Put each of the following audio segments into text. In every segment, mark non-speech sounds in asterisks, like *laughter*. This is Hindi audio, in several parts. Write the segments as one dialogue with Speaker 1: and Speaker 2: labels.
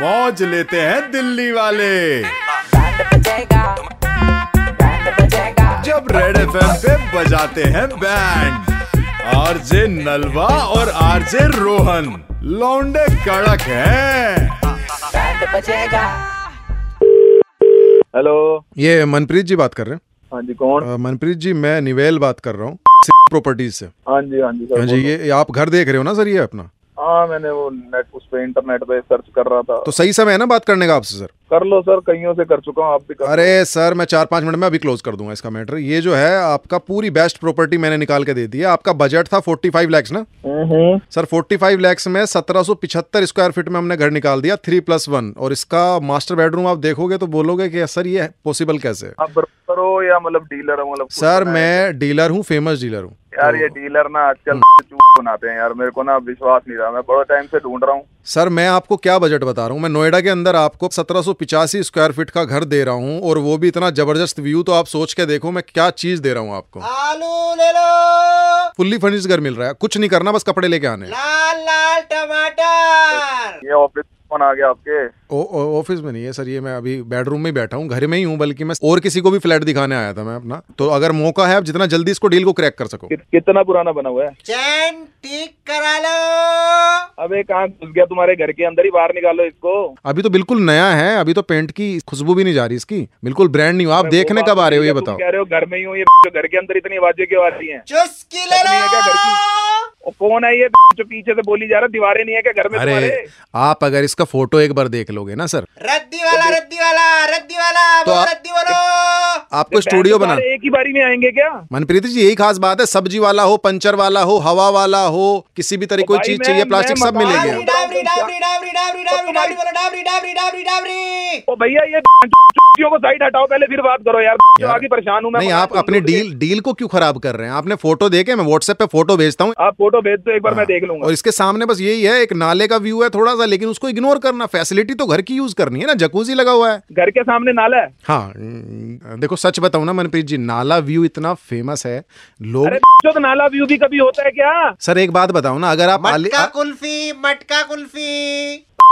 Speaker 1: मौज लेते हैं दिल्ली वाले जब रेड एफ पे बजाते हैं बैंड आरजे नलवा और आरजे रोहन लौंडे कड़क हैं
Speaker 2: हेलो
Speaker 3: ये मनप्रीत जी बात कर रहे हैं
Speaker 2: हाँ जी कौन
Speaker 3: अ, मनप्रीत जी मैं निवेल बात कर रहा हूँ प्रॉपर्टीज से
Speaker 2: हाँ जी हाँ जी सर
Speaker 3: हाँ जी
Speaker 2: बोलो।
Speaker 3: ये ये आप घर देख रहे हो ना सर ये अपना
Speaker 2: हाँ मैंने वो नेट उस पे इंटरनेट पे सर्च कर रहा था
Speaker 3: तो सही समय है ना बात करने का आपसे सर
Speaker 2: कर लो सर कईयों से कर चुका हूँ आप भी कर
Speaker 3: अरे सर मैं चार पाँच मिनट में अभी क्लोज कर दूंगा इसका मैटर ये जो है आपका पूरी बेस्ट प्रॉपर्टी मैंने निकाल के दे दी है आपका बजट था फोर्टी फाइव लैक्स ना
Speaker 2: हम्म
Speaker 3: सर फोर्टी फाइव लैक्स में सत्रह सौ पिछहत्तर स्क्वायर फीट में हमने घर निकाल दिया थ्री प्लस वन और इसका मास्टर बेडरूम आप देखोगे तो बोलोगे कि सर ये पॉसिबल कैसे है
Speaker 2: आप ब्रोकर हो या मतलब डीलर हो मतलब कुछ
Speaker 3: सर
Speaker 2: बनाए?
Speaker 3: मैं डीलर हूँ फेमस डीलर हूँ
Speaker 2: यार ये डीलर ना आजकल
Speaker 3: हम्म।
Speaker 2: चूत बनाते हैं यार मेरे को ना विश्वास नहीं रहा मैं बड़े टाइम से ढूंढ रहा हूँ
Speaker 3: सर मैं आपको क्या बजट बता रहा हूँ मैं नोएडा के अंदर आपको सत्रह स्क्वायर फीट का घर दे रहा हूँ और वो भी इतना जबरदस्त व्यू तो आप सोच के देखो मैं क्या चीज दे रहा हूँ आपको
Speaker 4: आलू ले लो
Speaker 3: फुल्ली फर्निश घर मिल रहा है कुछ नहीं करना बस कपड़े लेके आने हैं।
Speaker 4: लाल लाल टमाटर
Speaker 2: ये ऑफिस फोन आ गया आपके
Speaker 3: ओ- ओ- ऑफिस में नहीं है सर ये मैं अभी बेडरूम में ही बैठा हूँ घर में ही हूँ बल्कि मैं और किसी को भी फ्लैट दिखाने आया था मैं अपना तो अगर मौका है आप जितना जल्दी इसको डील को क्रैक कर सको
Speaker 2: कि, कितना पुराना बना हुआ है
Speaker 4: चैन ठीक करा लो
Speaker 2: अबे कहाँ घुस गया तुम्हारे घर के अंदर ही बाहर निकालो इसको
Speaker 3: अभी तो बिल्कुल नया है अभी तो पेंट की खुशबू भी नहीं जा रही इसकी बिल्कुल ब्रांड न्यू आप
Speaker 2: मैं
Speaker 3: देखने
Speaker 2: वो
Speaker 3: कब
Speaker 2: बात
Speaker 3: आ रहे हो
Speaker 2: नहीं
Speaker 3: ये
Speaker 2: है, तुम
Speaker 3: बताओ
Speaker 2: कह रहे हो घर में ही हो ये *laughs* जो घर के अंदर इतनी आवाजें क्यों आती हैं
Speaker 4: चुस्की ले
Speaker 2: अपनी
Speaker 4: लो
Speaker 2: है क्या घर और कौन है ये जो पीछे से बोली जा रहा है? दीवारें नहीं है क्या घर में
Speaker 3: अरे
Speaker 2: तुम्हारे
Speaker 3: आप अगर इसका फोटो एक बार देख लोगे ना सर
Speaker 4: रद्दी वाला रद्दी वाला रद्दी वाला
Speaker 3: तो
Speaker 4: वो
Speaker 3: आप-
Speaker 4: रद्दी वालो
Speaker 3: आपको
Speaker 2: बैंड
Speaker 3: स्टूडियो
Speaker 2: सारे
Speaker 3: बना
Speaker 2: तो एक ही बारी में आएंगे क्या
Speaker 3: मनप्रीत जी यही खास बात है सब्जी वाला हो पंचर वाला हो हवा वाला हो किसी भी तरह की कोई
Speaker 2: भाई,
Speaker 3: चीज
Speaker 2: मैं-
Speaker 3: चाहिए प्लास्टिक
Speaker 2: मैं
Speaker 3: सब
Speaker 2: मकान
Speaker 3: मिलेगी
Speaker 4: डाबरी
Speaker 2: हूँ।
Speaker 3: आपको।
Speaker 4: डाबरी डाबरी डाबरी डाबरी डाबरी डाबरी बोलो डाबरी डाबरी डाबरी डाबरी
Speaker 2: ओ भैया ये चूतियों को साइड हटाओ पहले फिर बात करो यार
Speaker 3: यार,
Speaker 2: आगे परेशान हूँ मैं
Speaker 3: नहीं
Speaker 2: मकान
Speaker 3: आप
Speaker 2: तुम
Speaker 3: अपने
Speaker 2: लोग के-
Speaker 3: डील डील को क्यों खराब कर रहे हैं आपने फोटो देखे मैं व्हाट्सएप पे फोटो भेजता हूँ
Speaker 2: आप फोटो भेज दो एक
Speaker 3: हाँ।
Speaker 2: बार मैं देख लूंगा
Speaker 3: और इसके सामने बस यही है एक नाले का व्यू है थोड़ा सा लेकिन उसको इग्नोर करना फैसिलिटी तो घर की यूज करनी है ना जकूजी लगा हुआ है
Speaker 2: घर के सामने नाला है
Speaker 3: हाँ न- देखो सच बताऊं ना मनप्रीत जी नाला व्यू इतना फेमस है
Speaker 2: अरे
Speaker 3: लोग
Speaker 2: तो नाला व्यू भी कभी होता है क्या
Speaker 3: सर एक बात बताओ ना अगर आप आली-
Speaker 4: मटका कुल्फी मटका कुल्फी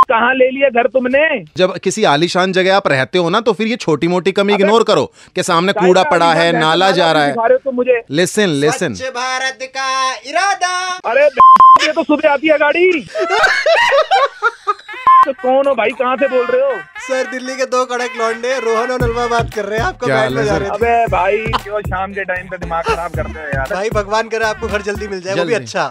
Speaker 2: कहाँ ले लिया घर तुमने
Speaker 3: जब किसी आलीशान जगह आप रहते हो ना तो फिर ये छोटी मोटी कमी इग्नोर करो कि सामने
Speaker 2: साइड
Speaker 3: कूड़ा
Speaker 2: में
Speaker 3: पड़ा
Speaker 2: आगे
Speaker 3: है
Speaker 2: जाके
Speaker 3: तो नाला जा रहा है
Speaker 2: दिखा रहे हो तुम मुझे
Speaker 3: लेसन लेसन
Speaker 4: स्वच्छ भारत का इरादा
Speaker 2: अरे ये तो सुबह आती है गाड़ी
Speaker 3: *laughs*
Speaker 2: तो कौन हो भाई कहाँ से बोल रहे हो
Speaker 4: सर दिल्ली के दो कड़क लौंडे रोहन और नलवा बात कर रहे हैं आपको
Speaker 3: क्या हाल
Speaker 4: बैंड
Speaker 3: है,
Speaker 4: बजा
Speaker 3: सर?
Speaker 4: रहे थे
Speaker 2: अबे भाई क्यों शाम के टाइम पे दिमाग खराब करते हो यार
Speaker 4: भाई भगवान करे आपको घर जल्दी मिल जाए वो भी
Speaker 3: जल्दी।
Speaker 4: अच्छा